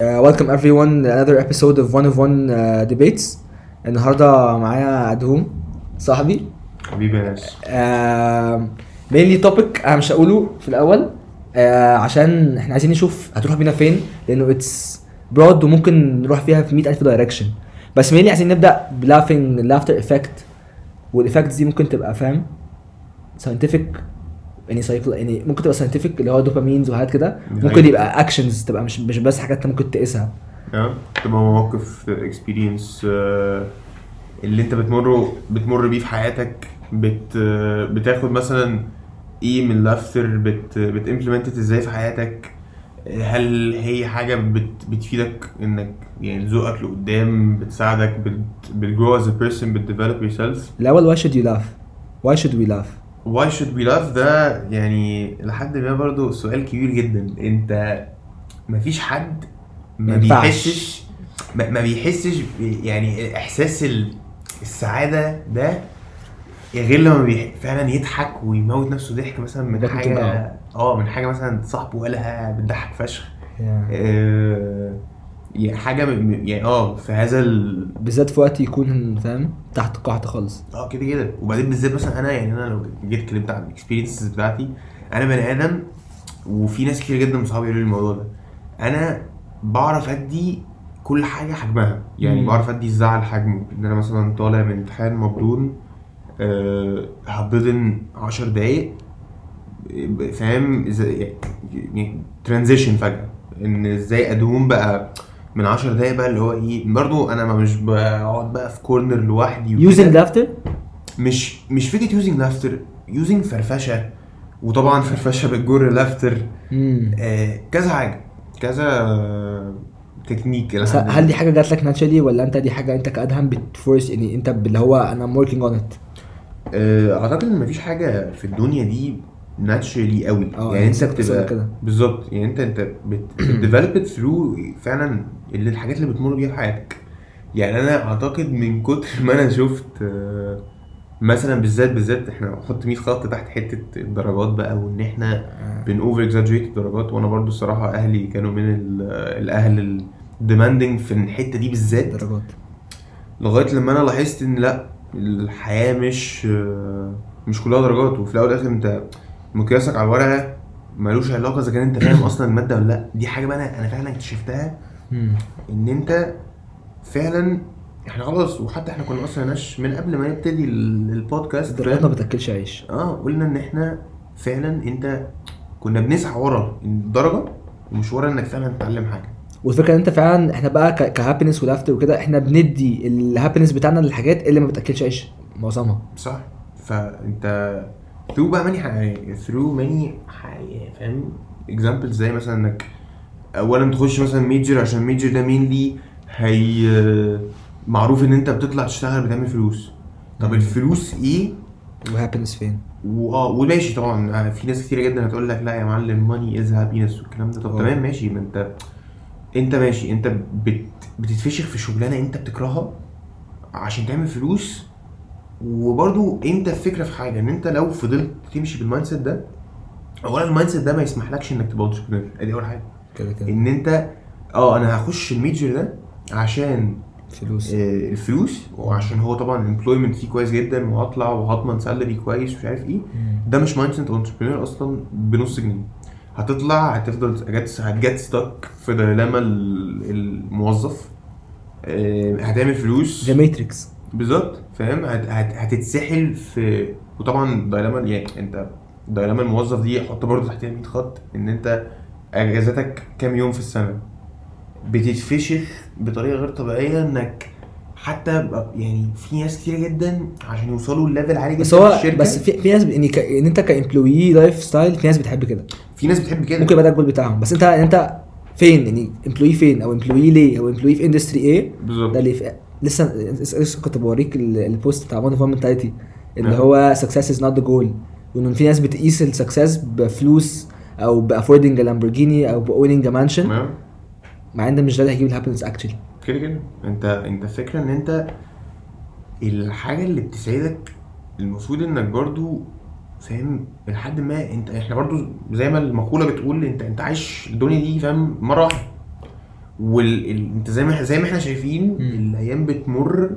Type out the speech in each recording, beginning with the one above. Uh, welcome everyone another episode of one of one uh, debates النهارده معايا ادهوم صاحبي Um, حبيبي يا ناس مينلي توبيك انا مش هقوله في الاول آه عشان احنا عايزين نشوف هتروح بينا فين لانه اتس برود وممكن نروح فيها في 100000 دايركشن بس مينلي عايزين نبدا بلافينج لافتر افكت والايفكتس دي ممكن تبقى فاهم ساينتفك يعني سايكل يعني ممكن تبقى ساينتفك اللي هو دوبامينز وحاجات كده دي ممكن حقيقة. يبقى اكشنز تبقى مش مش بس حاجات انت ممكن تقيسها اه تبقى مواقف اكسبيرينس اللي انت بتمره بتمر بيه في حياتك بت آه، بتاخد مثلا ايه من الافتر بت بتimplemented ازاي في حياتك هل هي حاجة بت بتفيدك انك يعني ذوقك لقدام بتساعدك بت بتgrow as a person بتdevelop yourself الاول why should you laugh why should we laugh why should we love ده يعني لحد ما برضو سؤال كبير جدا انت مفيش حد ما مينفعش. بيحسش ما ما بيحسش ب- يعني احساس ال- السعاده ده غير لما بيح- فعلا يضحك ويموت نفسه ضحك مثلا من ضحك حاجه بقى. اه من حاجه مثلا صاحبه قالها بتضحك فشخ yeah. آه، يعني حاجه م- م- يعني اه في هذا ال... بالذات في وقت يكون فاهم تحت قحط خالص اه كده كده وبعدين بالذات مثلا انا يعني انا لو جيت اتكلمت عن الاكسبيرينسز بتاعتي انا بني ادم وفي ناس كتير جدا من صحابي يقولوا لي الموضوع ده انا بعرف ادي كل حاجه حجمها يعني مم. بعرف ادي الزعل حجمه ان انا مثلا طالع من امتحان مبدون أه هبضن 10 دقايق آه، فاهم إزاي- يعني ترانزيشن فجاه ان ازاي ادوم بقى من 10 دقايق بقى اللي هو ايه برضو انا ما مش بقعد بقى في كورنر لوحدي وكده. using laughter مش مش فكره يوزنج لافتر يوزنج فرفشه وطبعا فرفشه بتجر لافتر مم. آه كذا حاجه كذا يعني. تكنيك بس هل دي حاجه جات لك ناتشالي ولا انت دي حاجه انت كادهم بتفورس يعني انت اللي هو انا I'm working on it آه اعتقد ان مفيش حاجه في الدنيا دي ناتشرالي قوي اه، يعني انت بالظبط بتبقى كده. بالظبط يعني انت انت بتديفلوب ثرو فعلا اللي الحاجات اللي بتمر بيها في حياتك يعني انا اعتقد من كتر ما انا شفت آه، مثلا بالذات بالذات احنا هنحط 100 خط تحت حته الدرجات بقى وان احنا بن اوفر اكزاجريت الدرجات وانا برضو الصراحه اهلي كانوا من ال- الاهل الديماندنج في الحته دي بالذات درجات لغايه لما انا لاحظت ان لا الحياه مش آه، مش كلها درجات وفي الاول والاخر انت مقياسك على الورقه ملوش علاقه اذا كان انت فاهم اصلا الماده ولا لا دي حاجه بقى انا انا فعلا اكتشفتها مم. Hmm. ان انت فعلا احنا خلاص وحتى احنا كنا اصلا ناش من قبل ما نبتدي ال- البودكاست الدرجات ما بتاكلش عيش اه قلنا ان احنا فعلا انت كنا بنسعى ورا الدرجه ومش ورا انك فعلا تتعلم حاجه والفكره ان انت فعلا احنا بقى كهابينس ولافتر وكده احنا بندي الهابينس بتاعنا للحاجات اللي ما بتاكلش عيش معظمها صح فانت ثرو بقى يعني ماني ثرو ماني فاهم اكزامبل زي مثلا انك اولا تخش مثلا ميجر عشان ميجر ده مينلي هي آه، معروف ان انت بتطلع تشتغل بتعمل فلوس طب الفلوس ايه وهابينس فين واه آه، وماشي طبعا في ناس كتيره جدا هتقول لك لا يا معلم ماني از هابينس والكلام ده طب أه. تمام ماشي ما انت انت ماشي انت بت بتتفشخ في شغلانه انت بتكرهها عشان تعمل فلوس وبرضو انت الفكره في حاجه ان انت لو فضلت تمشي بالمايند سيت ده اولا المايند سيت ده ما يسمحلكش انك تبقى انتربرينور ادي اول حاجه كده كده ان انت اه انا هخش الميجر ده عشان فلوس آه، الفلوس وعشان هو طبعا الامبلويمنت فيه كويس جدا وهطلع وهضمن سالري كويس ومش عارف ايه مم. ده مش مايند سيت انتربرينور اصلا بنص جنيه هتطلع هتفضل هتجت- هتجت ستك في ديلاما ال- الموظف آه، هتعمل فلوس ذا ماتريكس بالظبط فاهم هت- هت- هتتسحل في وطبعا ديلاما يعني انت ديلاما الموظف دي حط برضه تحتها 100 خط ان انت اجازاتك كام يوم في السنه بتتفشخ بطريقه غير طبيعيه انك حتى ب- يعني في ناس كتير جدا عشان يوصلوا لليفل عالي جدا بس في هو الشركه بس في, في ناس يعني ك... ان انت كامبلوي لايف ستايل في ناس بتحب كده في ناس بتحب كده ممكن يبقى ده الجول بتاعهم بس انت يعني انت فين يعني امبلوي فين او امبلوي ليه او امبلوي في اندستري ايه ده بالظبط اللي في... لسه لسه كنت بوريك ال- البوست بتاع وان اوف منتاليتي اللي نعم. هو سكسس از نوت ذا جول وان في ناس بتقيس السكسس بفلوس او بافوردنج لامبورجيني او باونينج مانشن تمام مع ان ده مش ده اللي هيجيب الهابينس اكشلي كده كده انت انت الفكره ان انت الحاجه اللي بتسعدك المفروض انك برضو فاهم لحد ما انت احنا برضو زي ما المقوله بتقول انت انت عايش الدنيا دي فاهم مره واحده وال... ال- انت زي ما زي ما احنا شايفين مم. الايام بتمر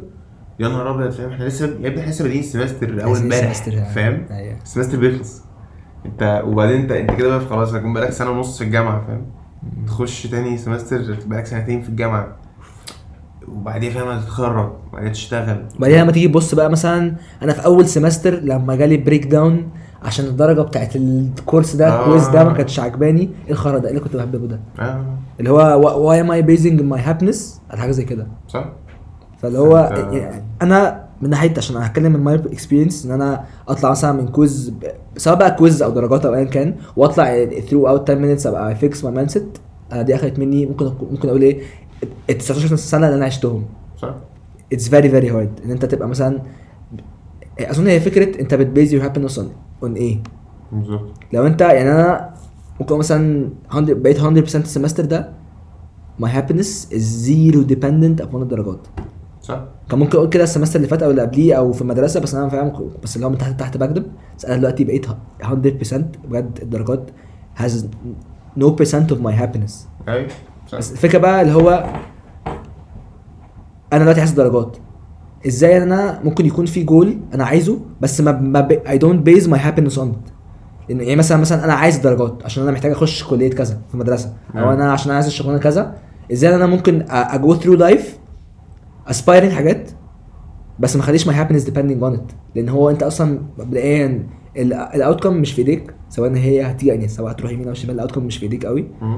يا نهار ابيض فاهم احنا لسه يا ابني احنا لسه بادئين السمستر اول عايزين امبارح سمستر. فاهم ايوه السمستر بيخلص انت وبعدين انت انت كده بقى خلاص هتكون بقالك سنه ونص في الجامعه فاهم أيوه. تخش تاني سمستر بقالك سنتين في الجامعه وبعديها فاهم هتتخرج وبعدين تشتغل بعدين لما تيجي تبص بقى مثلا انا في اول سمستر لما جالي بريك داون عشان الدرجه بتاعت الكورس ده آه. الكويز ده ما كانتش عجباني ايه الخرا ده إيه اللي كنت بحبه ده اه اللي هو واي ام اي بيزنج ماي هابنس على حاجه زي كده صح فاللي هو فأنت- يعني انا من ناحيه عشان هتكلم من ماي اكسبيرينس ان انا اطلع مثلا من كويز ب- سواء بقى كويز او درجات او ايا كان واطلع ثرو اوت 10 minutes ابقى فيكس ماي مايند سيت انا آه، دي اخذت مني ممكن أكون- ممكن اقول ايه ال 19 سنه اللي انا عشتهم صح اتس فيري فيري هارد ان انت تبقى مثلا اظن هي فكره انت بتبيز يور هابينس اون اون ايه بالظبط لو انت يعني انا ممكن أقول مثلا 100 بقيت 100% السمستر ده my happiness is zero dependent upon الدرجات صح كان ممكن اقول كده السمستر اللي فات او اللي قبليه او في المدرسه بس انا فاهم بس اللي هو من تحت تحت بكذب بس انا دلوقتي بقيت 100% بجد الدرجات has no percent of my happiness ايوه صح بس الفكره بقى اللي هو انا دلوقتي عايز درجات ازاي انا ممكن يكون في جول انا عايزه بس ما ما اي دونت بيز ماي هابينس اون يعني إيه مثلا مثلا انا عايز درجات عشان انا محتاج اخش كليه كذا في المدرسه او مم. انا عشان عايز الشغلانه كذا ازاي انا ممكن اجو ثرو لايف اسبايرنج حاجات بس ما خليش ماي هابينس ديبندنج اون ات لان هو انت اصلا مبدئيا الاوت كم مش في ايديك سواء هي هتيجي يعني سواء هتروح يمين او شمال الاوت كم مش في ايديك قوي مم.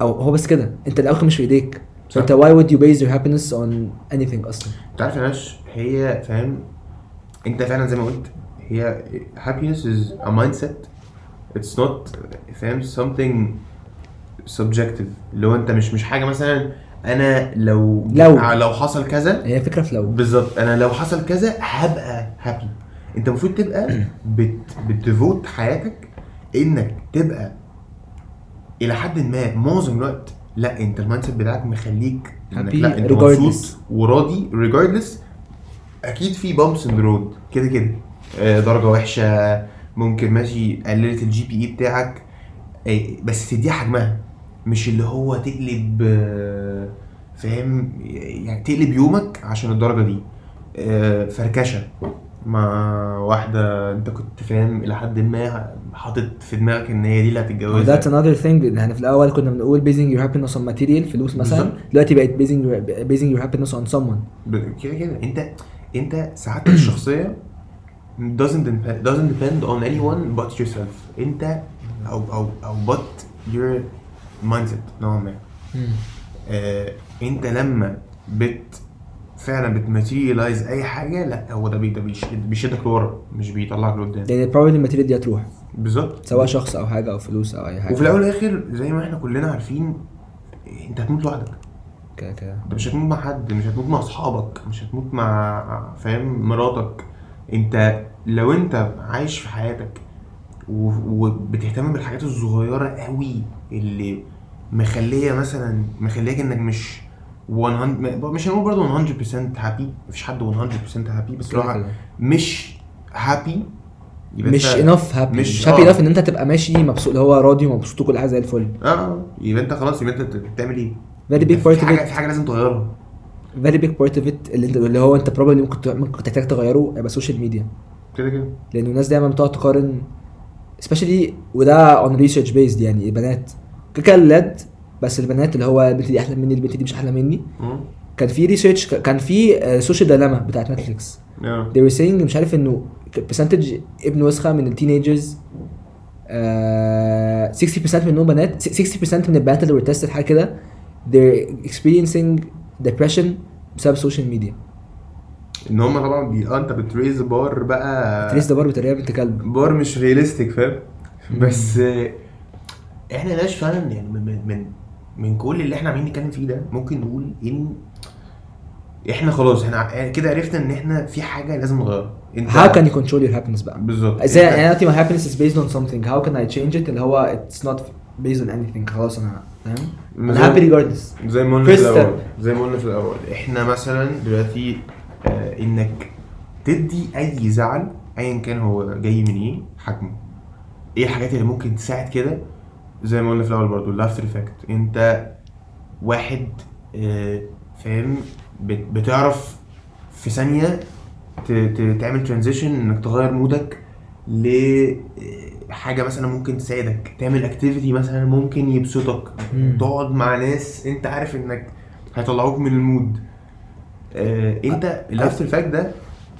او هو بس كده انت الاوتكم مش في ايديك صح. فانت واي وود يو بيز يور هابينس اون اني ثينج اصلا انت عارف يا ناش هي فاهم انت فعلا زي ما قلت هي happiness is a mindset it's not فاهم something subjective اللي هو انت مش مش حاجه مثلا انا لو لو. لو حصل كذا يعني هي فكره في لو بالظبط انا لو حصل كذا هبقى هابي انت المفروض تبقى بت بتفوت حياتك انك تبقى الى حد ما معظم الوقت لا انت المايند سيت بتاعك مخليك انك Happy لا انت regardless. مبسوط وراضي ريجاردلس اكيد في بامبس ان رود كده كده آه، درجه وحشه ممكن ماشي قللت الجي بي اي E بتاعك آه، بس تديها حجمها مش اللي هو تقلب آه، فاهم يعني تقلب يومك عشان الدرجه دي آه، فركشه مع واحده انت كنت فاهم الى حد ما حاطط في دماغك ان هي دي اللي هتتجوزها وذات انذر ثينج احنا في الاول كنا بنقول بيزنج يور هابينس اون ماتيريال فلوس مثلا بالظبط. دلوقتي بقت بيزنج بيزنج يور هابينس اون سمون ب- كده كده انت انت سعادتك الشخصيه doesn't depend, doesn't depend on anyone but yourself انت او او او but your mindset نوعا ما آه، انت لما بت فعلا بتماتيريلايز اي حاجه لا هو ده بي- ده بيش- بيشدك لورا مش بيطلعك لقدام لان بروبلي الماتيريال دي هتروح بالظبط سواء شخص او حاجه او فلوس او اي حاجه وفي الاول والاخر زي ما احنا كلنا عارفين انت هتموت لوحدك كده كده انت مش هتموت مع حد مش هتموت مع اصحابك مش هتموت مع فاهم مراتك انت لو انت عايش في حياتك و- وبتهتم بالحاجات الصغيره قوي اللي مخليه مثلا مخليك انك مش 100 مش هنقول برضه 100% هابي مفيش حد 100% هابي بس كده لو كده. مش هابي مش انف هابي مش- مش هابي آه. انف ان انت تبقى ماشي مبسوط اللي هو راضي ومبسوط وكل حاجه زي الفل اه يبقى انت خلاص يبقى انت بتعمل ايه؟ فيري بيج في بارت اوف حاجه ات في حاجه لازم تغيرها فيري بيج بارت اوف ات اللي انت اللي هو انت بروبلي ممكن ت- ممكن تحتاج تغيره هيبقى السوشيال ميديا كده كده لان الناس دايما بتقعد تقارن سبيشالي وده اون ريسيرش بيزد يعني البنات كده كده الولاد بس البنات اللي هو البنت دي احلى مني البنت دي مش احلى مني مم. كان في ريسيرش كان في سوشيال دايلاما بتاعت نتفليكس اه. they were saying مش عارف انه برسنتج ابن وسخه من التينيجرز آه 60% منهم بنات 60% من البنات اللي were tested حاجه كده they're experiencing depression بسبب السوشيال ميديا ان هم طبعا بي... اه انت بتريز بار بقى تريس ده برضه بطريقه بنت كلب بار مش رياليستيك فاهم مم. بس آه، احنا ناش فعلا يعني من- من من من كل اللي احنا عاملين نتكلم فيه ده ممكن نقول ان احنا خلاص احنا ع- يعني كده عرفنا ان احنا في حاجه لازم نغيرها انت how can you control your happiness بقى بالظبط ازاي انت- يعني انا my happiness is based on something how can I change it اللي هو it's not based on anything خلاص انا فاهم زي- انا happy regardless زي ما قلنا First في الاول step. زي ما قلنا في الاول احنا مثلا دلوقتي آه انك تدي اي زعل ايا كان هو جاي من ايه حجمه إيه ايه الحاجات اللي ممكن تساعد كده زي ما قلنا في الاول برضو الافتر افكت انت واحد آه، فاهم بت- بتعرف في ثانيه ت- ت- تعمل ترانزيشن انك تغير مودك لحاجه مثلا ممكن تساعدك تعمل اكتيفيتي مثلا ممكن يبسطك مم. تقعد مع ناس انت عارف انك هيطلعوك من المود آه انت اللايف ستايل فاك ده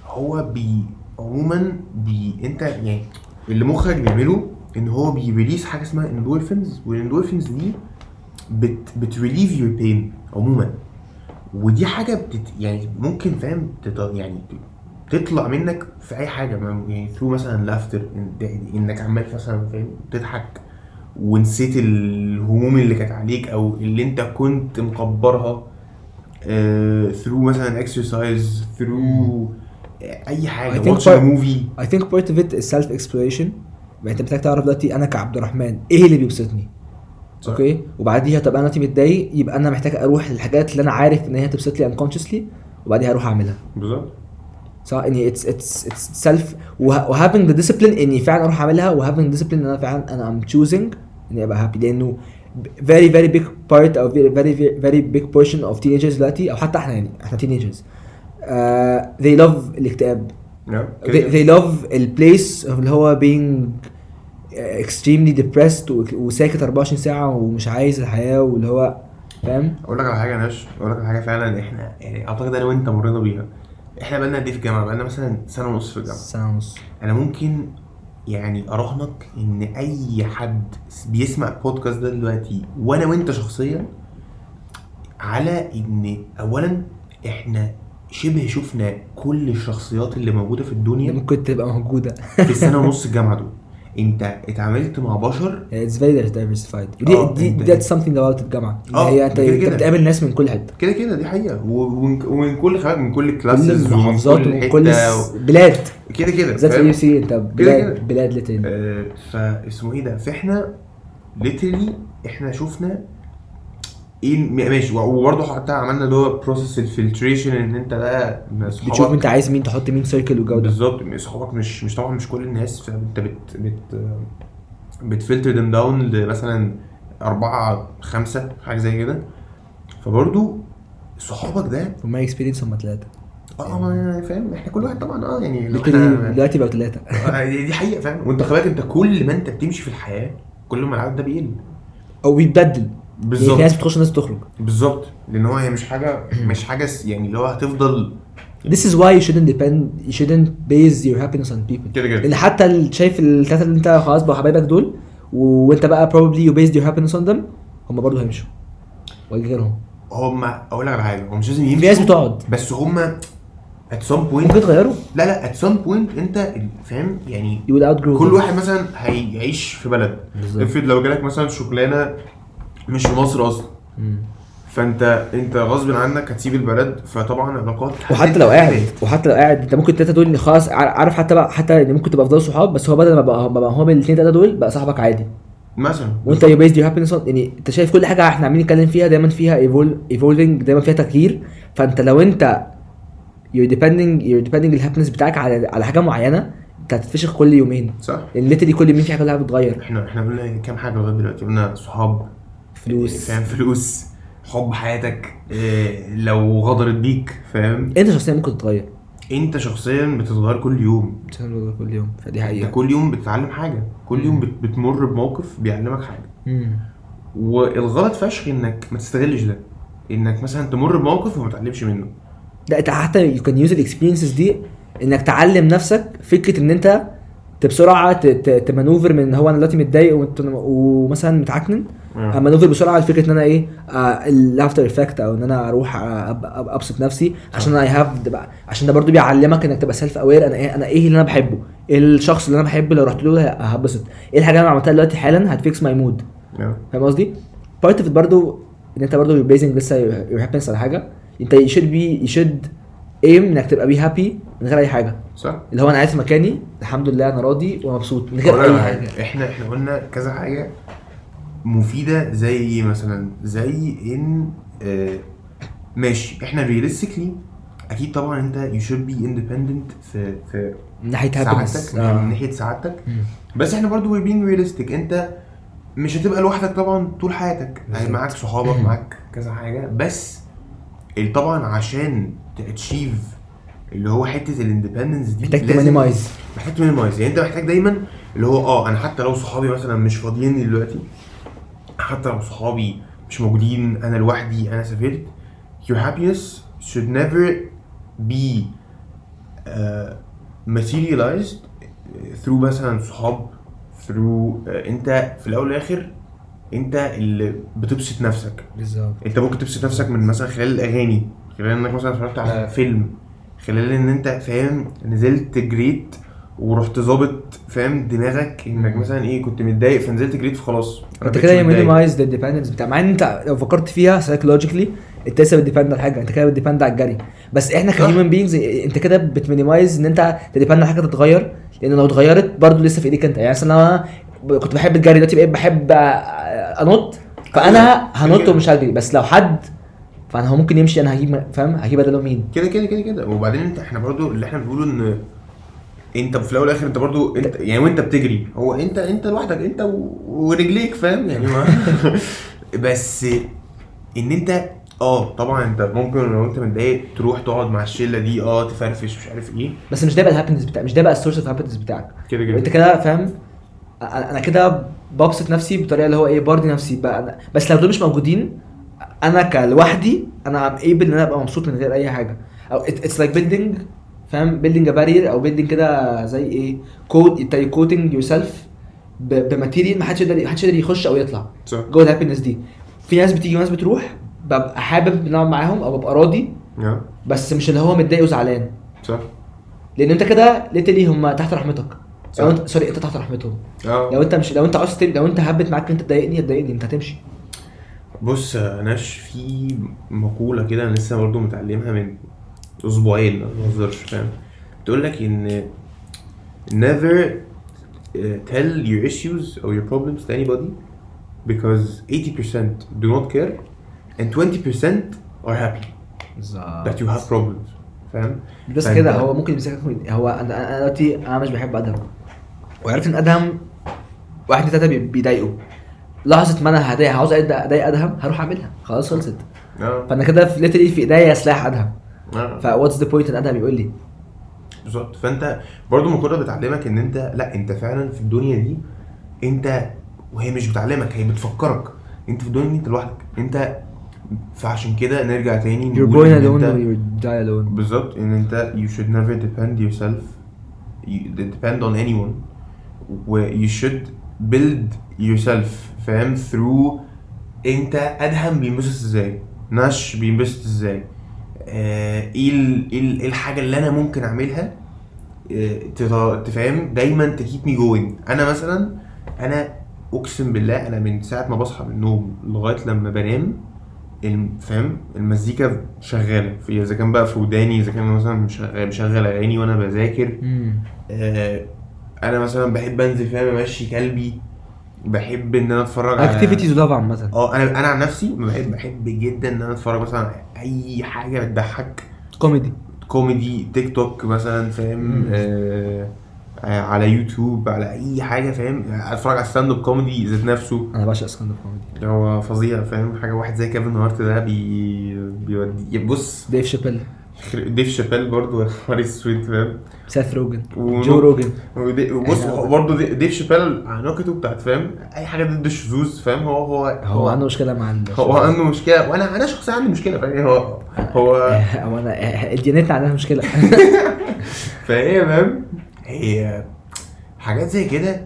هو بي عموما بي انت يعني اللي مخك بيعمله ان هو بيريليس حاجه اسمها اندورفنز والاندورفنز دي بت بتريليف يور بين عموما ودي حاجه بتت يعني ممكن فاهم تط... يعني تطلع منك في اي حاجه ما- يعني ثرو مثلا لافتر انك عمال مثلا فاهم تضحك ونسيت الهموم اللي كانت عليك او اللي انت كنت مكبرها آه، ثرو مثلا اكسرسايز ثرو اي I حاجه think واتش part- موفي I think part of it is self exploration يعني انت محتاج تعرف دلوقتي انا كعبد الرحمن ايه اللي بيبسطني صح. اوكي وبعديها طب انا دلوقتي متضايق يبقى انا محتاج اروح للحاجات اللي انا عارف ان هي هتبسط لي unconsciously وبعديها اروح اعملها بالظبط سواء اني اتس اتس اتس سيلف وهافينج ذا ديسيبلين اني فعلا اروح اعملها وهافينج ديسيبلين ان انا فعلا انا ام تشوزنج اني ابقى هابي لانه فيري فيري بيج بارت او فيري فيري بيج بورشن اوف تينيجرز دلوقتي او حتى احنا يعني احنا تينيجرز they love الاكتئاب they, they love البليس اللي هو being extremely depressed و- وساكت 24 ساعة ومش عايز الحياة واللي هو فاهم اقول لك على حاجه يا ناش اقول لك على حاجه فعلا احنا يعني اعتقد انا وانت مرينا بيها احنا بقالنا قد ايه في الجامعه بقالنا مثلا سنه ونص في الجامعه سنة ونص انا ممكن يعني اراهنك ان اي حد بيسمع البودكاست ده دلوقتي وانا وانت شخصيا على ان اولا احنا شبه شفنا كل الشخصيات اللي موجوده في اللي الدنيا ممكن تبقى موجودة في السنه ونص الجامعه دول انت اتعاملت مع بشر it's very diversified ودي اه، دي انت- that's something about الجامعة اللي اه، هي انت كده انت كده. بتقابل ناس من كل حتة كده كده دي حقيقه و- ومن ومن كل خلاك من كل كل الكلاسز ومن المحافظات كل ومن كل حته الس- بلاد كده كده بالذات فاهم؟ اليو سي انت كده. بلاد بلاد لاتين آه، فاسمه ايه ده فاحنا ليترلي احنا شفنا ايه ماشي وبرضه حتى عملنا اللي هو بروسيس الفلتريشن ان انت بقى بتشوف اصحابك انت عايز مين تحط مين سيركل وجودة بالظبط اصحابك مش مش طبعا مش كل الناس فانت بت بت بتفلتر دم داون لمثلا أربعة خمسة حاجة زي كده فبرضه صحابك ده وما اكسبيرينس هم ثلاثة اه ما فاهم احنا كل واحد طبعا اه يعني لو احنا- دلوقتي بقوا ثلاثة آه، دي دي حقيقة فاهم وانت خلي بالك انت كل ما انت بتمشي في الحياة كل ما العدد ده بيقل او بيتبدل يعني في ناس بالظبط بتخش وناس بتخرج بالظبط لان هو هي مش حاجه مش حاجه س- يعني اللي هو هتفضل This is why you shouldn't depend you shouldn't base your happiness on people كده كده لان حتى ال- شايف الثلاثه اللي انت خلاص بقوا حبايبك دول و- وانت بقى probably you based your happiness on them هم برضه هيمشوا وهيجي غيرهم هم اقول لك على حاجه هم مش لازم في ناس يمشوا بتقعد بس هم at some point ممكن تغيره لا لا at some point انت فاهم يعني you will outgrow كل them. واحد مثلا هيعيش في بلد بالظبط افرض لو جالك مثلا شغلانه مش في مصر اصلا مم. فانت انت غصب عنك هتسيب البلد فطبعا علاقات وحتى لو قاعد وحتى لو قاعد انت ممكن الثلاثه دول إن خلاص ع- عارف حتى بقى حتى ان ممكن تبقى افضل صحاب بس هو بدل ما بقى, ما بقى هو من الاثنين ثلاثه دول بقى صاحبك عادي مثلا وانت يو بيز يور هابينس يعني انت شايف كل حاجه احنا عمالين نتكلم فيها دايما فيها ايفولفنج دايما فيها تغيير فانت لو انت يو ديبندنج يو ديبندنج الهابينس بتاعك على على حاجه معينه انت هتتفشخ كل يومين صح لان ليتلي كل يومين في حاجه كلها بتتغير احنا احنا قلنا كام حاجه لغايه دلوقتي قلنا صحاب فلوس يعني فاهم فلوس حب حياتك إيه لو غدرت بيك فاهم انت شخصيا ممكن تتغير انت شخصيا بتتغير كل يوم شخصياً بتتغير كل يوم فدي انت حقيقه كل يوم بتتعلم حاجه كل يوم مم. بت- بتمر بموقف بيعلمك حاجه مم. والغلط فشخ انك ما تستغلش ده انك مثلا تمر بموقف وما تتعلمش منه لا انت حتى يو كان يوز الاكسبيرينسز دي انك تعلم نفسك فكره ان انت ت- بسرعه ت- ت- تمانوفر من هو انا دلوقتي متضايق وانت- ومثلا متعكنن آه. اما نوفل بسرعه على فكره ان انا ايه الافتر افكت او ان انا اروح آه، أب- أب- ابسط نفسي عشان اي هاف عشان ده برضو بيعلمك انك تبقى سيلف اوير انا ايه انا ايه اللي انا بحبه ايه الشخص اللي انا بحبه لو رحت له ه- هبسط ايه الحاجه اللي انا عملتها دلوقتي حالا هتفيكس ماي مود آه. فاهم قصدي بارت اوف برضو ان انت برضو بيزنج لسه يور هابينس على حاجه انت you should be you should aim انك تبقى بي هابي من غير اي حاجه صح اللي هو انا قاعد في مكاني الحمد لله انا راضي ومبسوط من غير أقول لك اي على حاجه حاجة. احنا احنا قلنا كذا حاجه مفيده زي ايه مثلا زي ان آه ماشي احنا ريالستيكلي اكيد طبعا انت يو شود بي اندبندنت في في من ناحيه هابينس سعادتك من ناحيه سعادتك بس احنا برضو وي بينج ريالستيك انت مش هتبقى لوحدك طبعا طول حياتك يعني بالظبط. معاك صحابك معاك كذا حاجه بس ال- طبعا عشان تاتشيف اللي هو حته الاندبندنس دي محتاج لازم- تمانيمايز محتاج تمينيمايز يعني انت محتاج دايما اللي هو اه انا حتى لو صحابي مثلا مش فاضيين دلوقتي حتى لو صحابي مش موجودين انا لوحدي انا سافرت your happiness should never be uh, materialized through مثلا صحاب through uh, انت في الاول والاخر انت اللي بتبسط نفسك بالظبط انت ممكن تبسط نفسك من مثلا خلال الاغاني خلال انك مثلا اتفرجت على فيلم خلال ان انت فاهم نزلت جريت ورحت ظابط فاهم دماغك انك مثلا ايه كنت متضايق فنزلت جريت فخلاص أنا انت بقيتش كده متضايق. مينيمايز ذا ديبندنس بتاع مع ان انت لو فكرت فيها سايكولوجيكلي انت لسه بتديبند على حاجه انت كده بتديبند على الجري بس احنا كهيومن بينجز انت كده بتمينيمايز ان انت تديبند على حاجه تتغير لان لو اتغيرت برضه لسه في ايديك انت يعني مثلا انا ب- كنت بحب الجري دلوقتي بقيت بحب آه، انط فانا هنط ومش هجري بس لو حد فانا هو ممكن يمشي انا هجيب فاهم هجيب بداله مين كده كده كده كده وبعدين انت احنا برضو اللي احنا بنقوله ان انت في الاول والاخر انت برضو انت يعني وانت بتجري هو انت انت لوحدك انت و... ورجليك فاهم يعني ما بس ان انت اه طبعا انت ممكن لو انت متضايق تروح تقعد مع الشله دي اه تفرفش مش عارف ايه بس مش ده بقى الهابينس بتاعك مش ده بقى السورس اوف هابينس بتاعك كده انت كده فاهم أ- انا كده ببسط نفسي بطريقه اللي هو ايه برضي نفسي بقى أنا. بس لو دول مش موجودين انا كلوحدي انا ام ايبل ان انا ابقى مبسوط من غير اي حاجه او اتس لايك بيلدينج فاهم بيلدينج ا بارير او بيلدينج كده زي ايه كود كوتنج يور سيلف بماتيريال ما حدش يقدر ما حدش يقدر يخش او يطلع صح جوه الهابينس دي في ناس بتيجي وناس بتروح ببقى حابب ان اقعد معاهم او ببقى راضي اه، بس مش اللي هو متضايق وزعلان صح لان انت كده ليتلي هم تحت رحمتك صح. لو انت سوري انت تحت رحمتهم لو اه انت مش لو انت عاوز تب- لو انت هبت معاك ان انت تضايقني هتضايقني انت هتمشي بص يا ناش في مقوله كده انا لسه برضو متعلمها من اسبوعين ما بهزرش فاهم بتقول لك ان never uh, tell your issues or your problems to anybody because 80% do not care and 20% are happy that you have problems فاهم بس فانت- كده هو ممكن يمسكك من- هو انا انا دلوقتي انا مش بحب ادهم وعرفت ان ادهم واحد اتنين تلاته بي- بيضايقه لحظه ما انا هضايق عاوز اضايق ادهم هروح اعملها خلاص خلصت اه فانا كده في ليتلي في ايديا سلاح ادهم اه فواتس ذا بوينت ان ادهم يقول لي بالظبط فانت برضو المقوله بتعلمك ان انت لا انت فعلا في الدنيا دي انت وهي مش بتعلمك هي بتفكرك انت في الدنيا دي انت لوحدك انت فعشان كده نرجع تاني you're نقول going ان alone انت- or you're die alone بالظبط ان انت you should never depend yourself you depend on anyone و you should build yourself فاهم through انت ادهم بينبسط ازاي نش بينبسط ازاي آه، ايه ال- ايه ال- إيه الحاجه اللي انا ممكن اعملها آه، تط- تفهم دايما تكيب مي جوين انا مثلا انا اقسم بالله انا من ساعه ما بصحى من النوم لغايه لما بنام الم- فاهم المزيكا شغاله في اذا كان بقى في وداني اذا كان مثلا مشغل مشغل اغاني وانا بذاكر مم. آه انا مثلا بحب انزل فاهم امشي كلبي بحب ان انا اتفرج على آه. activities love عامه اه انا انا عن نفسي بحب بحب جدا ان انا اتفرج مثلا على اي حاجه بتضحك كوميدي كوميدي تيك توك مثلا فاهم مم. آه آه، على يوتيوب على اي حاجه فاهم اتفرج على ستاند اب كوميدي ذات نفسه انا بعشق اسكندر كوميدي هو فظيع فاهم حاجه واحد زي كيفن هارت ده بي بيودي بص ديف شابيل خر- ديف شابيل برضه يا نهار اسود فاهم ساث روجن ونو- جو روجن ودي- وبص أيوة. هو برضه دي- ديف شابيل نكته بتاعت فاهم اي حاجه ضد الشذوذ فاهم هو هو هو عنده مشكله مع ال- هو عنده مشكله وانا انا شخصيا عندي مشكله فاهم هو هو او انا ديانتنا عندها مشكله فهي فاهم هي حاجات زي كده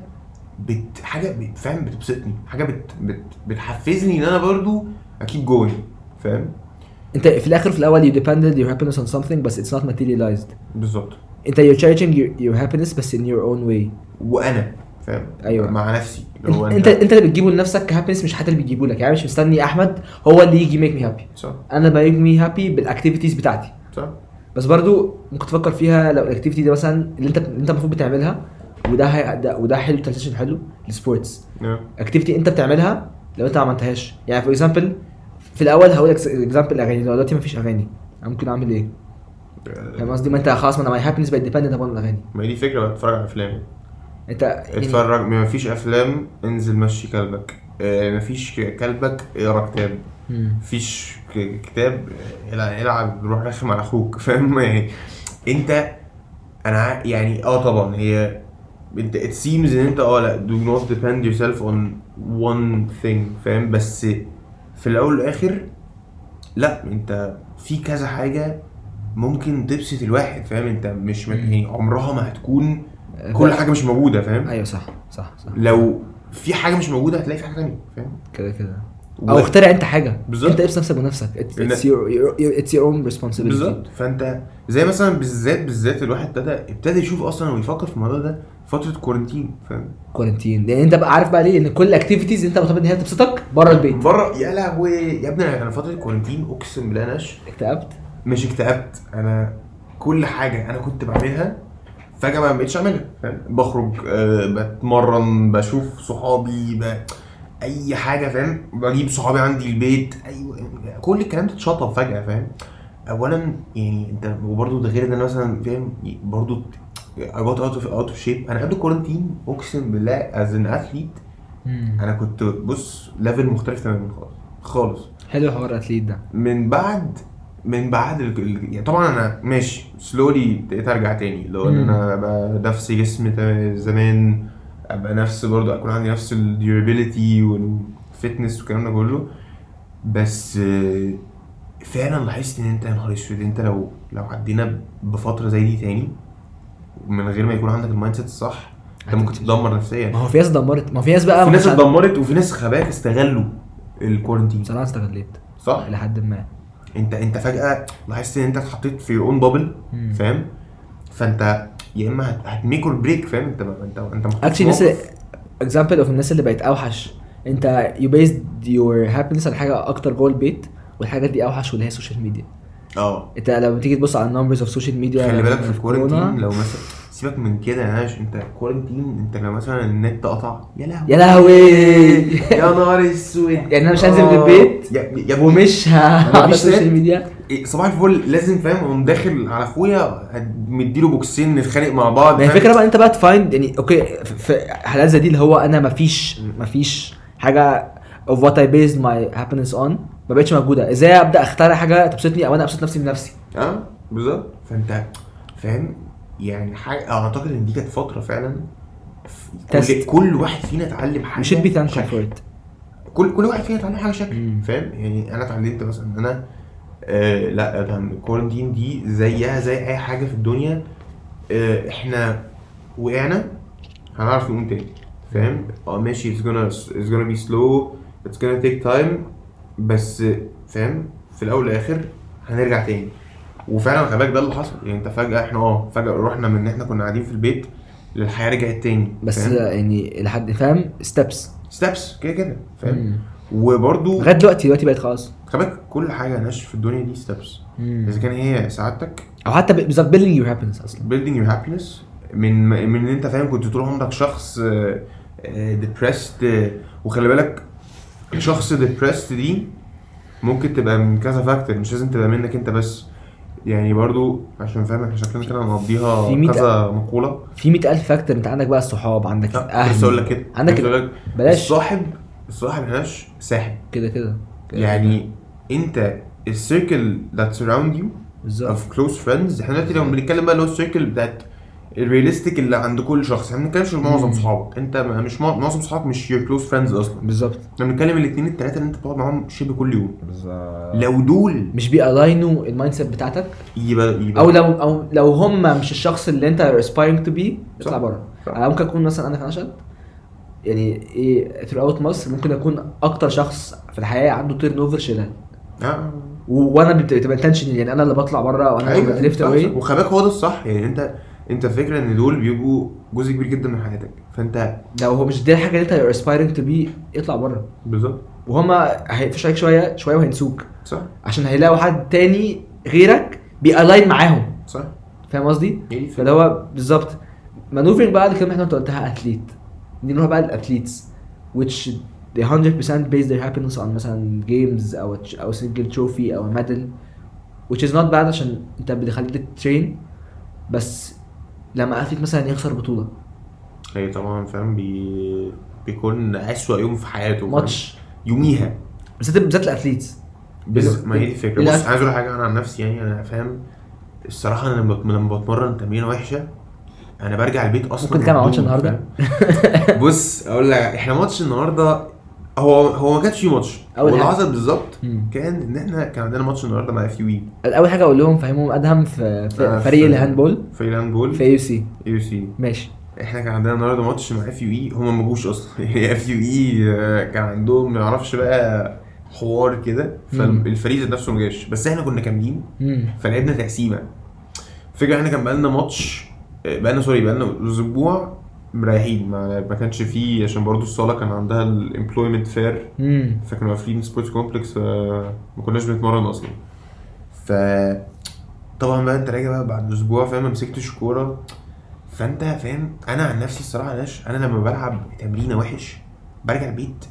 بت حاجه بت- فاهم بتبسطني حاجه بت... بت... بتحفزني ان انا برضو اكيب جول فاهم انت في الاخر في الاول you depended your happiness on something بس it's not materialized بالظبط انت you're cherishing your, your happiness بس in your own way وانا فاهم أيوة. مع نفسي اللي هو انت انت اللي بتجيبه لنفسك happiness مش حد اللي بيجيبه لك يعني مش مستني احمد هو اللي يجي make me happy صح انا ب make me happy بالاكتيفيتيز بتاعتي صح بس برضو ممكن تفكر فيها لو الاكتيفيتي دي مثلا اللي انت اللي انت المفروض بتعملها وده هي- ده- وده حلو ترانزيشن حلو السبورتس نعم. اكتيفيتي انت بتعملها لو انت ما عملتهاش يعني فور اكزامبل في الاول هقول لك اكزامبل اغاني لو دلوقتي ما فيش اغاني أنا ممكن اعمل ايه؟ فاهم قصدي ما انت خلاص ما انا ماي هابينس بقت ديبندنت ابون الاغاني ما هي دي فكره بقى اتفرج على افلام انت يعني اتفرج ما فيش افلام انزل مشي كلبك آه، مفيش كلبك اقرا كتاب مم. مفيش ك- كتاب العب, العب روح رخم على اخوك فاهم يعني انت انا ع- يعني اه طبعا هي انت it seems ان انت اه لا do not depend yourself on one thing فاهم بس في الاول والاخر لا انت في كذا حاجه ممكن تبسط الواحد فاهم انت مش م- يعني عمرها ما هتكون كل حاجه مش موجوده فاهم ايوه صح صح صح لو في حاجه مش موجوده هتلاقي في حاجه ثانيه فاهم كده كده و- او اخترع انت حاجه بالظبط. انت ابس نفسك بنفسك It's- إن- it's your- your- your- it's your own responsibility بالظبط فانت زي مثلا بالذات بالذات الواحد ابتدى ابتدى يشوف اصلا ويفكر في الموضوع ده فتره كورنتين فاهم كوارنتين لان انت بقى عارف بقى ليه ان كل الاكتيفيتيز انت معتمد ان هي تبسطك بره البيت بره يا لهوي يا ابني انا أنا فتره الكورنتين اقسم بالله انا ش- اكتئبت مش اكتئبت انا كل حاجه انا كنت بعملها فجاه ما بقتش اعملها فاهم بخرج أه بتمرن بشوف صحابي ب... اي حاجه فاهم بجيب صحابي عندي البيت ايوه كل الكلام ده اتشطب فجاه فاهم اولا يعني انت وبرده ده غير ان انا مثلا فاهم برده I got out of out of shape انا قبل الكورنتين اقسم بالله از ان اثليت انا كنت بص ليفل مختلف تماما خالص خالص حلو حوار الاتليت ده من بعد من بعد ال... ال- يعني طبعا انا ماشي سلولي ابتديت ارجع تاني اللي هو ان مم. انا ابقى نفس جسم تا- زمان ابقى نفس برضه اكون عندي نفس الديورابيلتي والفتنس والكلام ده كله بس آه، فعلا لاحظت ان انت يا نهار اسود انت لو لو عدينا بفتره زي دي تاني من غير ما يكون عندك المايند سيت الصح انت ممكن هتتشل. تتدمر نفسيا ما هو في ناس دمرت ما هو في ناس بقى في ناس آه، مثلاً- اتدمرت وفي ناس خباك استغلوا الكورنتين بصراحه استغليت صح؟ الى حد ما انت انت فجاه لاحظت ان انت اتحطيت في اون بابل مم. فاهم فانت يا اما هت- هتميك اور بريك فاهم انت ما انت انت محطوط في اكشلي الناس موقف. اكزامبل اوف الناس اللي بقت اوحش انت يو بيزد يور هابينس على حاجه اكتر جوه البيت والحاجات دي اوحش واللي هي السوشيال ميديا اه انت لما تيجي تبص على النمبرز اوف سوشيال ميديا خلي بالك في الكورنتين لو مثلا سيبك من كده يا ناش انت كورنتين انت لو مثلا النت قطع يا لهوي يا لهوي يا نهار اسود يعني انا مش هنزل من آه. البيت يا يا بومي ومش هقعد على مفيش السوشيال نت. ميديا صباح الفل لازم فاهم اقوم داخل على اخويا هد- مديله بوكسين نتخانق مع بعض ما هي فاهم؟ الفكره يعني بقى انت بقى تفايند يعني اوكي في- في حالات زي دي اللي هو انا مفيش مفيش حاجه of what I based my happiness on ما بقتش موجوده ازاي ابدا اخترع حاجه تبسطني او انا ابسط نفسي بنفسي اه بالظبط فانت فاهم يعني حاجه اعتقد ان دي كانت فتره فعلا ف- كل, تست. كل واحد فينا اتعلم حاجه we should be thankful شكل. for it كل كل واحد فينا اتعلم حاجه شكل مم. فاهم يعني انا اتعلمت مثلا ان انا آه لا طبعا الكورنتين دي زيها زي اي حاجه في الدنيا آه احنا وقعنا هنعرف نقوم تاني فاهم اه ماشي it's gonna it's gonna be slow it's gonna take time بس آه، فاهم في الاول والاخر هنرجع تاني وفعلا خلي بالك ده اللي حصل يعني انت فجاه احنا اه فجاه رحنا من ان احنا كنا قاعدين في البيت للحياه رجعت تاني بس يعني لحد فاهم ستبس ستابس كده كده فاهم وبرده لغايه دلوقتي دلوقتي بقت خلاص خلي بالك كل حاجه ناشف في الدنيا دي ستابس اذا كان هي سعادتك او حتى بالظبط building your happiness اصلا building your happiness من من ان انت فاهم كنت طول عمرك شخص آه، ديبرست آه، وخلي بالك شخص ديبرست دي ممكن تبقى من كذا فاكتور مش لازم تبقى منك انت بس يعني برضو عشان فاهم احنا شكلنا كده في هنقضيها مية- كذا مقوله في 100000 فاكتور انت عندك بقى الصحاب عندك لا بس اقول لك كده عندك بس أقول لك، بلاش الصاحب الصاحب ملهاش ساحب كده كده كده. يعني انت السيركل that surround you بالظبط of close friends احنا دلوقتي لو بنتكلم بقى اللي هو السيركل بتاعت الرياليستيك اللي عند كل شخص احنا ما بنتكلمش معظم مم. صحابك انت ما- مش مع- معظم صحابك مش your close friends اصلا بالظبط احنا بنتكلم الاثنين الثلاثه اللي انت بتقعد معاهم شبه كل يوم لو دول مش بيألاينوا المايند سيت بتاعتك يبقى يبقى او لو او لو هم مش الشخص اللي انت aspiring to be صح. اطلع بره صح. انا ممكن اكون مثلا انا في نشأت يعني ايه ثرو اوت مصر ممكن اكون اكتر شخص في الحياه عنده تيرن اوفر شلال آه. و- وانا بتبقى intentional يعني انا اللي بطلع بره وانا اللي ايوه بدريفت صح، اواي صح. وخباك هو ده الصح يعني انت انت الفكره ان دول بيبقوا جزء كبير جدا من حياتك فانت لو هو مش دي الحاجه اللي انت you're aspiring to be اطلع بره بالظبط وهما هيقفشوا عليك شويه شويه وهينسوك صح عشان هيلاقوا حد تاني غيرك بيألاين معاهم صح فاهم قصدي؟ يعني فاللي هو بالظبط مانوفرنج بقى الكلمه اللي احنا قلتها اثليت دي نروح بقى للاثليتس which they 100% base their happiness on مثلا games او او سنجل تروفي او ميدل which is not bad عشان انت بتخليك تترين بس لما اثليت مثلا يخسر بطوله هي طبعا فاهم بي بيكون اسوأ يوم في حياته ماتش يوميها بالذات بالذات الاتليتس بس ما هي دي الفكره لا. بص عايز اقول حاجه انا عن نفسي يعني انا فاهم الصراحه انا لما بت- لما بتمرن تمرينه وحشه انا برجع البيت اصلا ممكن تعمل مهدوم، ماتش النهاردة؟ فاهم؟ بص اقول لك احنا ماتش النهارده هو هو ما كانش فيه ماتش أول هو اللي حاجة. حصل بالظبط مم. كان ان احنا كان عندنا ماتش النهارده مع E، اف يو اي اول حاجه اقول لهم فهمهم ادهم في, آه، في فريق في- الهاندبول في لاند بول في اي سي يو سي ماشي احنا كان عندنا النهارده ماتش مع اف يو اي هما ما جوش اصلا يعني اف يو اي آه، كان عندهم ما يعرفش بقى حوار كده مم. فالفريق ذات نفسه ما جاش بس احنا كنا كاملين امم فلعبنا تقسيمه فكرة احنا كان بقالنا ماتش آه، بقالنا سوري بقالنا اسبوع مريحين ما, ما كانش فيه عشان برضو الصاله كان عندها الامبلويمنت فير امم فكانوا قافلين سبورتس كومبلكس ما كناش بنتمرن اصلا ف طبعا بقى انت راجع بقى بعد اسبوع فاهم ما مسكتش كوره فانت فاهم انا عن نفسي الصراحه ناش انا لما بلعب تمرينه وحش برجع البيت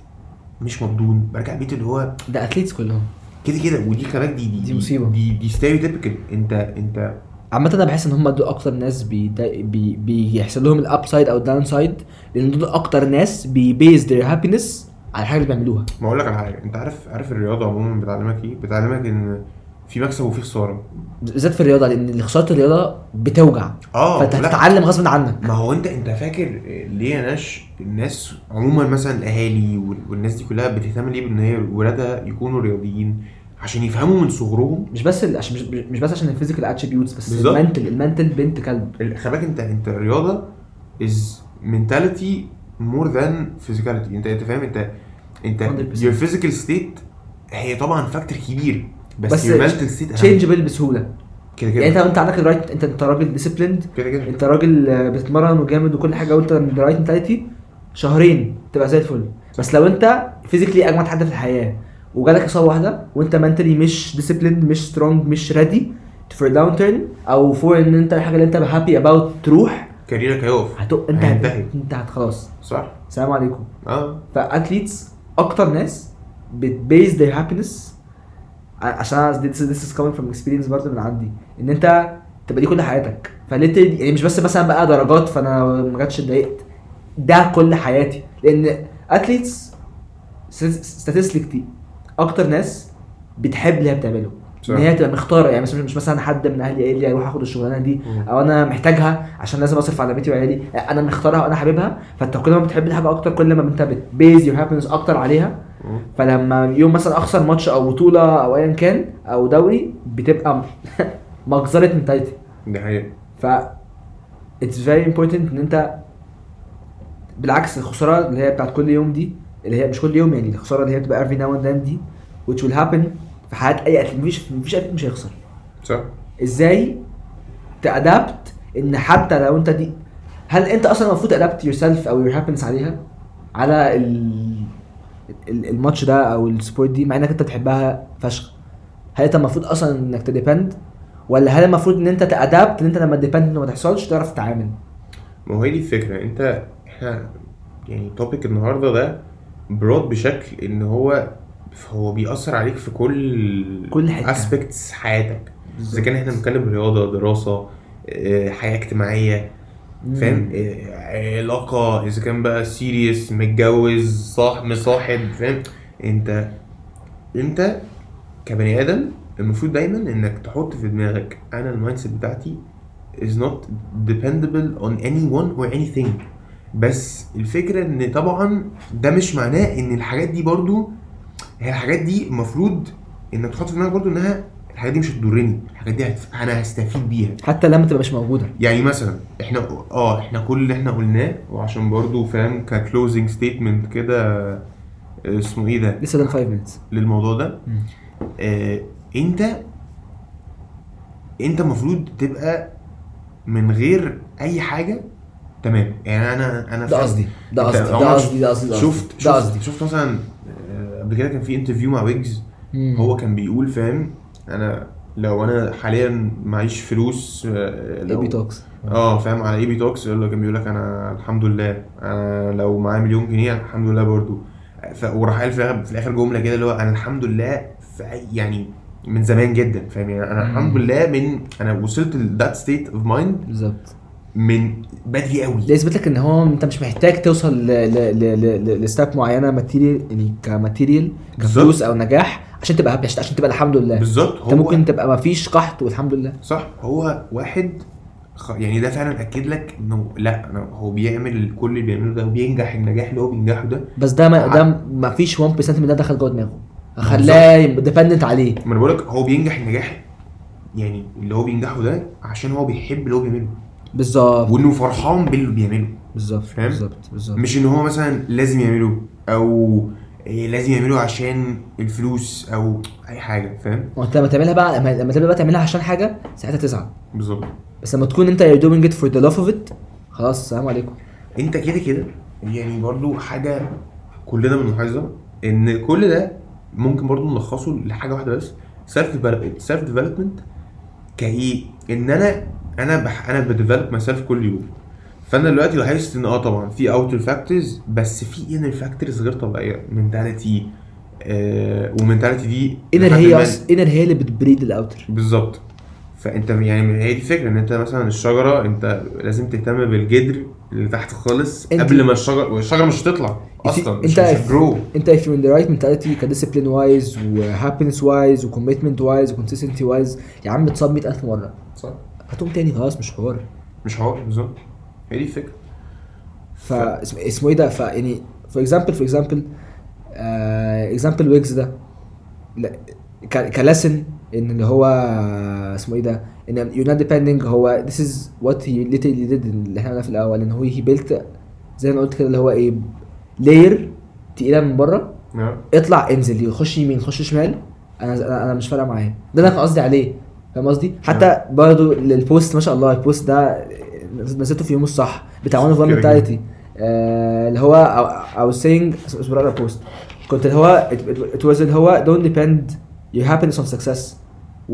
مش مبدون برجع البيت اللي هو ده اتليتس كلهم كده كده ودي كمان دي دي دي مصيبة. دي دي ستيريوتيبيكال انت انت عامة انا بحس ان هم دول اكتر ناس بيدا- بي- بيحصل لهم الاب سايد او الداون سايد لان دول اكتر ناس بيبيز ذير هابينس على الحاجه اللي بيعملوها ما اقول لك على حاجه انت عارف عارف الرياضه عموما بتعلمك ايه بتعلمك ان في مكسب وفي خساره بالذات في الرياضه لان خساره الرياضه بتوجع اه فانت لا. هتتعلم غصب عنك ما هو انت انت فاكر ليه يا ناش الناس عموما مثلا الاهالي وال- والناس دي كلها بتهتم ليه بان هي ولادها يكونوا رياضيين عشان يفهموا من صغرهم مش بس ال- عشان مش, مش بس عشان الفيزيكال اتريبيوتس بس بالظبط. المنتل المنتل بنت كلب ال- خلي بالك انت انت الرياضه از منتاليتي مور ذان فيزيكاليتي انت انت فاهم انت انت 100%. your physical state هي طبعا فاكتور كبير بس, بس your mental state اهم. تشينجبل بسهوله كده يعني انت كده انت عندك الرايت انت انت راجل ديسيبليند كده كده انت راجل آه، بتتمرن وجامد وكل حاجه وانت رايت مينتاليتي شهرين تبقى زي الفل بس لو انت فيزيكلي اجمد حد في الحياه وجالك اصابه واحده وانت منتلي مش ديسيبليند مش سترونج مش ريدي فور داون تيرن او فور ان انت الحاجه اللي انت هابي اباوت تروح كاريرك هيقف هتق... انت هت... هينتهي. انت هت خلاص صح السلام عليكم اه فاثليتس اكتر ناس بتبيز their happiness ع- عشان أنا- this, this is coming from experience برضه من عندي ان انت تبقى دي كل حياتك فليتل يعني مش بس مثلا بقى درجات فانا ما جاتش اتضايقت ده كل حياتي لان اثليتس statistically اكتر ناس بتحب اللي هي بتعمله ان صح. هي تبقى مختاره يعني مثلا مش مثلا حد من اهلي قال لي اروح اخد الشغلانه دي مم. او انا محتاجها عشان لازم اصرف على بيتي وعيالي لا، انا مختارها وانا حاببها فانت كل ما بتحب الحاجه اكتر كل ما انت بتبيز يور هابينس اكتر عليها مم. فلما يوم مثلا اخسر ماتش او بطوله او ايا كان او دوري بتبقى م- مجزره منتاليتي دي حقيقة ف اتس فيري امبورتنت ان انت بالعكس الخساره اللي هي بتاعت كل يوم دي اللي هي مش كل يوم يعني الخساره اللي هي بتبقى every now and then دي which will happen في حياه اي اتليت مفيش مفيش اتليت مش هيخسر صح ازاي تأدبت ان حتى لو انت دي هل انت اصلا المفروض تأدبت يور سيلف او يور هابينس عليها على ال... ال- الماتش ده او السبورت دي مع انك انت بتحبها فشخ هل انت المفروض اصلا انك تديبند ولا هل المفروض ان انت تأدبت ان انت لما تديبند ما تحصلش تعرف تتعامل ما هو هي دي الفكرة انت احنا يعني توبيك النهاردة ده برود بشكل ان هو هو بيأثر عليك في كل كل حتة. اسبكتس حياتك اذا كان احنا بنتكلم رياضة دراسة آه، حياة اجتماعية فاهم مم. آه، علاقة اذا كان بقى سيريس متجوز صاح مصاحب فاهم انت انت كبني ادم المفروض دايما انك تحط في دماغك انا المايند سيت بتاعتي is not dependable on anyone or anything بس الفكرة ان طبعا ده مش معناه ان الحاجات دي برضو هي الحاجات دي المفروض انك تحط في دماغك برضو انها الحاجات دي مش هتضرني الحاجات دي هت... انا هستفيد بيها حتى لما تبقى مش موجوده يعني مثلا احنا اه احنا كل اللي احنا قلناه وعشان برضو فاهم ككلوزنج ستيتمنت كده آه، اسمه ايه ده لسه ده 5 minutes للموضوع ده مم. آه انت انت المفروض تبقى من غير اي حاجه تمام يعني انا انا ده فاهم. قصدي ده أنت قصدي ده عمرك قصدي ده قصدي ده قصدي. شفت ده شفت, قصدي شفت مثلا آه، قبل كده كان في انترفيو مع ويجز مم. هو كان بيقول فاهم انا لو انا حاليا معيش فلوس آه، اي لو- بي توكس اه فاهم على اي بي توكس يقول لك كان بيقول لك انا الحمد لله انا لو معايا مليون جنيه الحمد لله برضو ف... وراح قال في آخر- في الاخر جمله كده اللي هو انا الحمد لله في أي- يعني من زمان جدا فاهم يعني انا مم. الحمد لله من انا وصلت لذات ستيت اوف مايند بالظبط من بدري قوي ده يثبت لك ان هو انت مش محتاج توصل ل- ل- ل- ل- لستاب معينه ماتيريال يعني كماتيريال كفلوس بالظبط. او نجاح عشان تبقى هابي عشان تبقى الحمد لله بالظبط هو انت ممكن تبقى ما فيش قحط والحمد لله صح هو واحد خ- يعني ده فعلا اكد لك انه لا أنا هو بيعمل كل اللي بيعمله ده وبينجح النجاح اللي هو بينجحه ده بس ده ما ع- ده ما فيش 1% من ده دخل جوه دماغه خلاه ديبندنت عليه ما انا بقول لك هو بينجح النجاح يعني اللي هو بينجحه ده عشان هو بيحب اللي هو بيعمله بالظبط وانه فرحان باللي بيعمله بالظبط فاهم؟ بالظبط بالظبط مش ان هو مثلا لازم يعمله او إيه لازم يعمله عشان الفلوس او اي حاجه فاهم وانت لما تعملها بقى لما لما تبقى بقى تعملها عشان حاجه ساعتها تزعل بالظبط بس لما تكون انت you're doing it for the love of it خلاص السلام عليكم انت كده كده يعني برضو حاجه كلنا بنلاحظها ان كل ده ممكن برضو نلخصه لحاجه واحده بس سيلف سيلف ديفلوبمنت كايه ان انا انا بح انا بديفلوب ماي سيلف كل يوم فانا دلوقتي لاحظت ان اه طبعا في اوتر فاكتورز بس في انر فاكتورز غير طبيعيه منتاليتي آه ومنتاليتي دي انر لحد هي ما- أص... انر هي اللي بتبريد الاوتر بالظبط فانت يعني هي دي الفكره ان انت مثلا الشجره انت لازم تهتم بالجدر اللي تحت خالص انت- قبل ما الشجر والشجره مش هتطلع اصلا مش انت عارف- هتجرو انت if you're in the right mentality كديسيبلين وايز وهابينس وايز وكوميتمنت وايز وكونسيستنتي وايز يا عم اتصاب 100000 مره صح هتقوم تاني خلاص مش حوار مش هقول بالظبط هي دي الفكره ف اسم- اسمه ايه ده ف يعني فور اكزامبل فور اكزامبل اكزامبل ويجز آه، ده لا ك- كلسن ان اللي هو اسمه ايه ده ان you're not depending هو this is what he literally did اللي احنا قلنا في الاول ان هو he built زي ما أنا قلت كده اللي هو ايه لاير تقيله من بره نعم. اطلع انزل يخش يمين يخش شمال انا انا أنا مش فارقه معايا ده اللي انا كان قصدي عليه فاهم قصدي؟ حتى برضه للبوست ما شاء الله البوست ده نزلته في يومه الصح بتاع ون اوف كده كده. منتاليتي آه، اللي هو او سينج اصبر اقرا البوست كنت اللي هو ات واز اللي هو دونت ديبند يور هابينس اون سكسس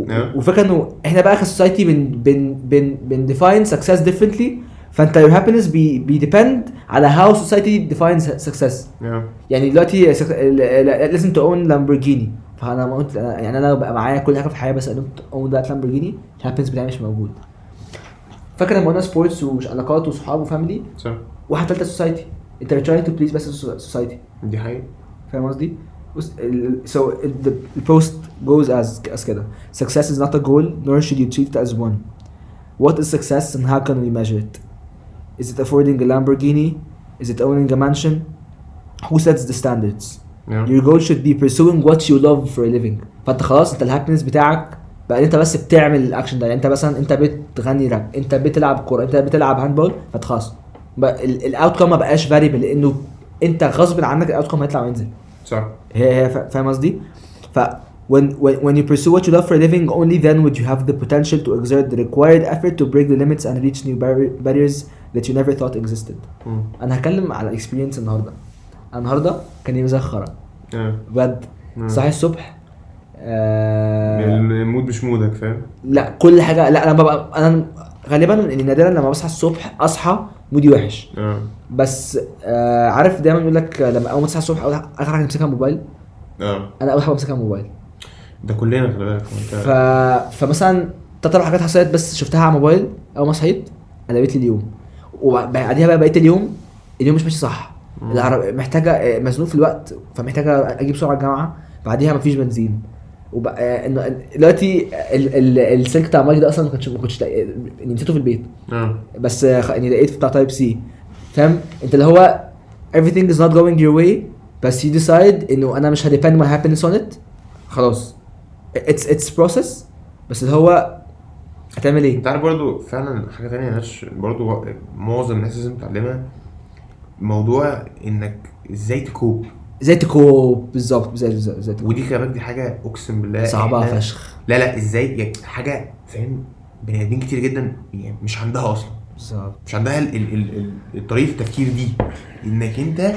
نعم. وفكره انه احنا بقى كسوسايتي بن بن بن بن ديفاين سكسس ديفرنتلي فانت يور هابينس بي بي ديبند على هاو سوسايتي ديفاينز سكسس نعم. يعني دلوقتي سك- ال- ال- لازم تقون لامبورجيني فانا ما قلت أنا- يعني انا لو بقى معايا كل حاجه في الحياه بس انا اون دلوقتي لامبورجيني الهابينس بتاعي مش موجود فاكر لما قلنا سبورتس وعلاقات وصحاب وفاميلي صح واحده ثالثه سوسايتي انت بتراي تو بليز بس سوسايتي دي حقيقه فاهم قصدي؟ بص- ال- so the the post goes as as كده success is not a goal nor should you treat it as one what is success and how can we measure it is it affording a Lamborghini is it owning a mansion who sets the standards نعم. your goal should be pursuing what you love for a living فانت خلاص انت الهابينس بتاعك بقى انت بس بتعمل الاكشن ده يعني انت مثلا انت بتغني راب انت بتلعب كوره انت بتلعب هاندبول فانت خلاص الاوت كوم ما بقاش فاريبل لانه انت غصب عنك الاوت كوم هيطلع وينزل صح هي هي فا- فاهم قصدي؟ ف when, when when you pursue what you love for a living only then would you have the potential to exert the required effort to break the limits and reach new barri- barriers that you never thought existed. مم. انا هتكلم على اكسبيرينس النهارده. أنا النهارده كان يوم زي الخرا نعم. بجد نعم. صحيح الصبح آه المود مش مودك فاهم لا كل حاجه لا انا ببقى انا غالبا يعني نادرا لما بصحى الصبح اصحى مودي وحش اه بس آه عارف دايما يقول لك آه، لما اول ما تصحى الصبح اول حاجه آخر حاجة تمسكها الموبايل اه انا اول حاجه بمسكها الموبايل ده كلنا خلي بالك هو ف... انت فمثلا تلات اربع حاجات حصلت بس شفتها على موبايل اول ما صحيت قلبت لي اليوم وبعديها بقى بقيت اليوم اليوم مش ماشي صح مم. العرب محتاجه آه، مزنوق في الوقت فمحتاجه اجيب سرعه الجامعه بعديها مفيش بنزين وبقى إنه- دلوقتي ال- ال- السلك بتاع المايك ده اصلا ما كنتش ما كنتش لاقي- يعني نسيته في البيت اه بس آه، خ- يعني لقيت بتاع تايب سي فاهم انت اللي هو everything is not going your way بس you decide انه انا مش هديبند my happiness on it خلاص it's it's process بس اللي هو هتعمل ايه؟ انت عارف برضو فعلا حاجه تانية ناس برضو و- معظم الناس لازم تتعلمها موضوع انك ازاي تكوب ازاي تكوب بالظبط ازاي ازاي ازاي تكوب ودي خلي بالك دي حاجه اقسم بالله صعبة إحنا- فشخ لا لا ازاي يعني حاجه فاهم بني ادمين كتير جدا يعني مش عندها اصلا بالظبط مش عندها ال ال ال ال طريقه التفكير دي انك انت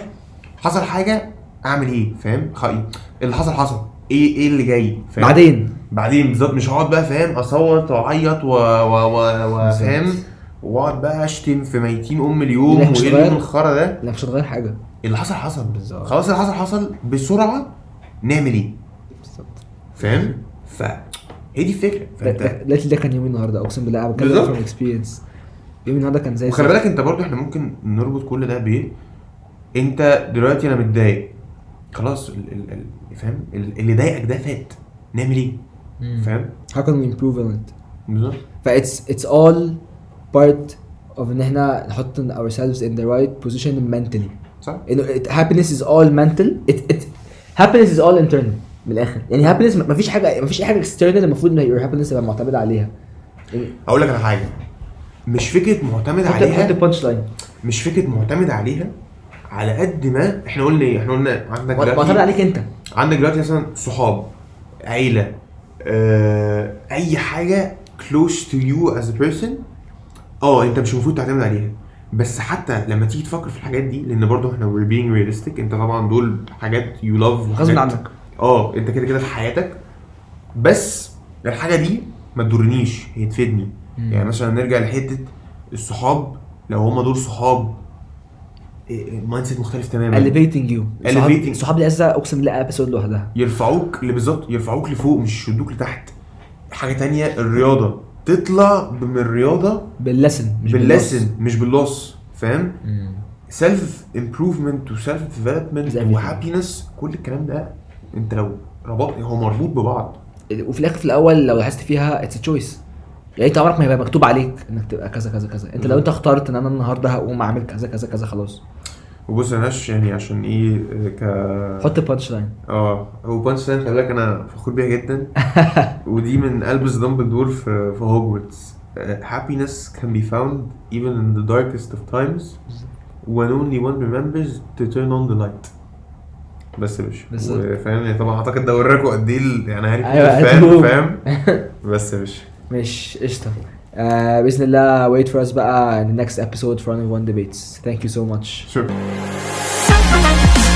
حصل حاجه اعمل ايه فاهم خ- اللي حصل حصل ايه ايه اللي جاي فاهم بعدين بعدين بالظبط مش هقعد بقى فاهم اصوت واعيط و و و, و بالظبط. فاهم واقعد بقى اشتم في ميتين ام اليوم لا، مش وايه هتغير. اليوم الخرا ده لا مش هتغير حاجة اللي حصل حصل بالظبط. خلاص اللي حصل حصل بسرعه نعمل ايه بالظبط فاهم ف هي دي الفكره ده- فانت ده ده- ده كان يومي النهارده اقسم بالله انا بتكلم بالظبط. from experience اليوم النهارده كان زي وخلي الزفت. بالك انت برضو احنا ممكن نربط كل ده بايه انت دلوقتي انا متضايق خلاص ال- ال- ال- فاهم ال- اللي ضايقك ده فات نعمل ايه مم. فاهم how can we improve on it بالظبط ف it's it's all part of ان احنا نحط ourselves in the right position mentally صح انه it- happiness is all mental it, it happiness is all internal من الاخر يعني happiness م- مفيش حاجه مفيش اي حاجه external المفروض ان your happiness تبقى معتمد عليها يعني هقول لك على حاجه مش فكره معتمد حط حط عليها بانش لاين مش فكره معتمد عليها على قد ما احنا قلنا ايه احنا قلنا عندك معتمد دلوقتي عليك انت عندك دلوقتي مثلا صحاب عيله اه اي حاجه close to you as a person اه انت مش المفروض تعتمد عليها بس حتى لما تيجي تفكر في الحاجات دي لان برضه احنا we're being realistic انت طبعا دول حاجات يو لاف غصب عنك اه انت كده كده في حياتك بس الحاجه دي ما تضرنيش هي تفيدني مم. يعني مثلا نرجع لحته الصحاب لو هما دول صحاب مايند سيت مختلف تماما elevating you Elevating. صحاب- صحاب العزه اقسم بالله ابيسود لوحدها يرفعوك ل- بالظبط يرفعوك لفوق مش يشدوك لتحت حاجه تانية الرياضه تطلع من الرياضه باللسن مش باللسن مش باللص فاهم بالنص. سيلف امبروفمنت وسيلف ديفلوبمنت Is everything. وهابينس كل الكلام ده انت لو ربطت هو مربوط ببعض وفي الاخر في الاول لو لاحظت فيها اتس تشويس يعني انت عمرك ما هيبقى مكتوب عليك انك تبقى كذا كذا كذا انت لو انت اخترت ان انا النهارده هقوم اعمل كذا كذا كذا خلاص وبص ملهاش يعني عشان ايه آه، ك حط بانش لاين اه هو بانش لاين خلي بالك انا فخور بيها جدا ودي من البس دور في في هوجورتس happiness can be found even in the darkest of times when only one remembers to turn on the light بس يا باشا بالظبط. و- فاهم يعني طبعا اعتقد ده وراكوا قد ايه ال- يعني هاري أيوة، بوتر فان أيوة. فاهم بس يا باشا مش قشطه آه باذن الله wait for us بقى in the next episode for one debates thank you so much شكرا Thank you.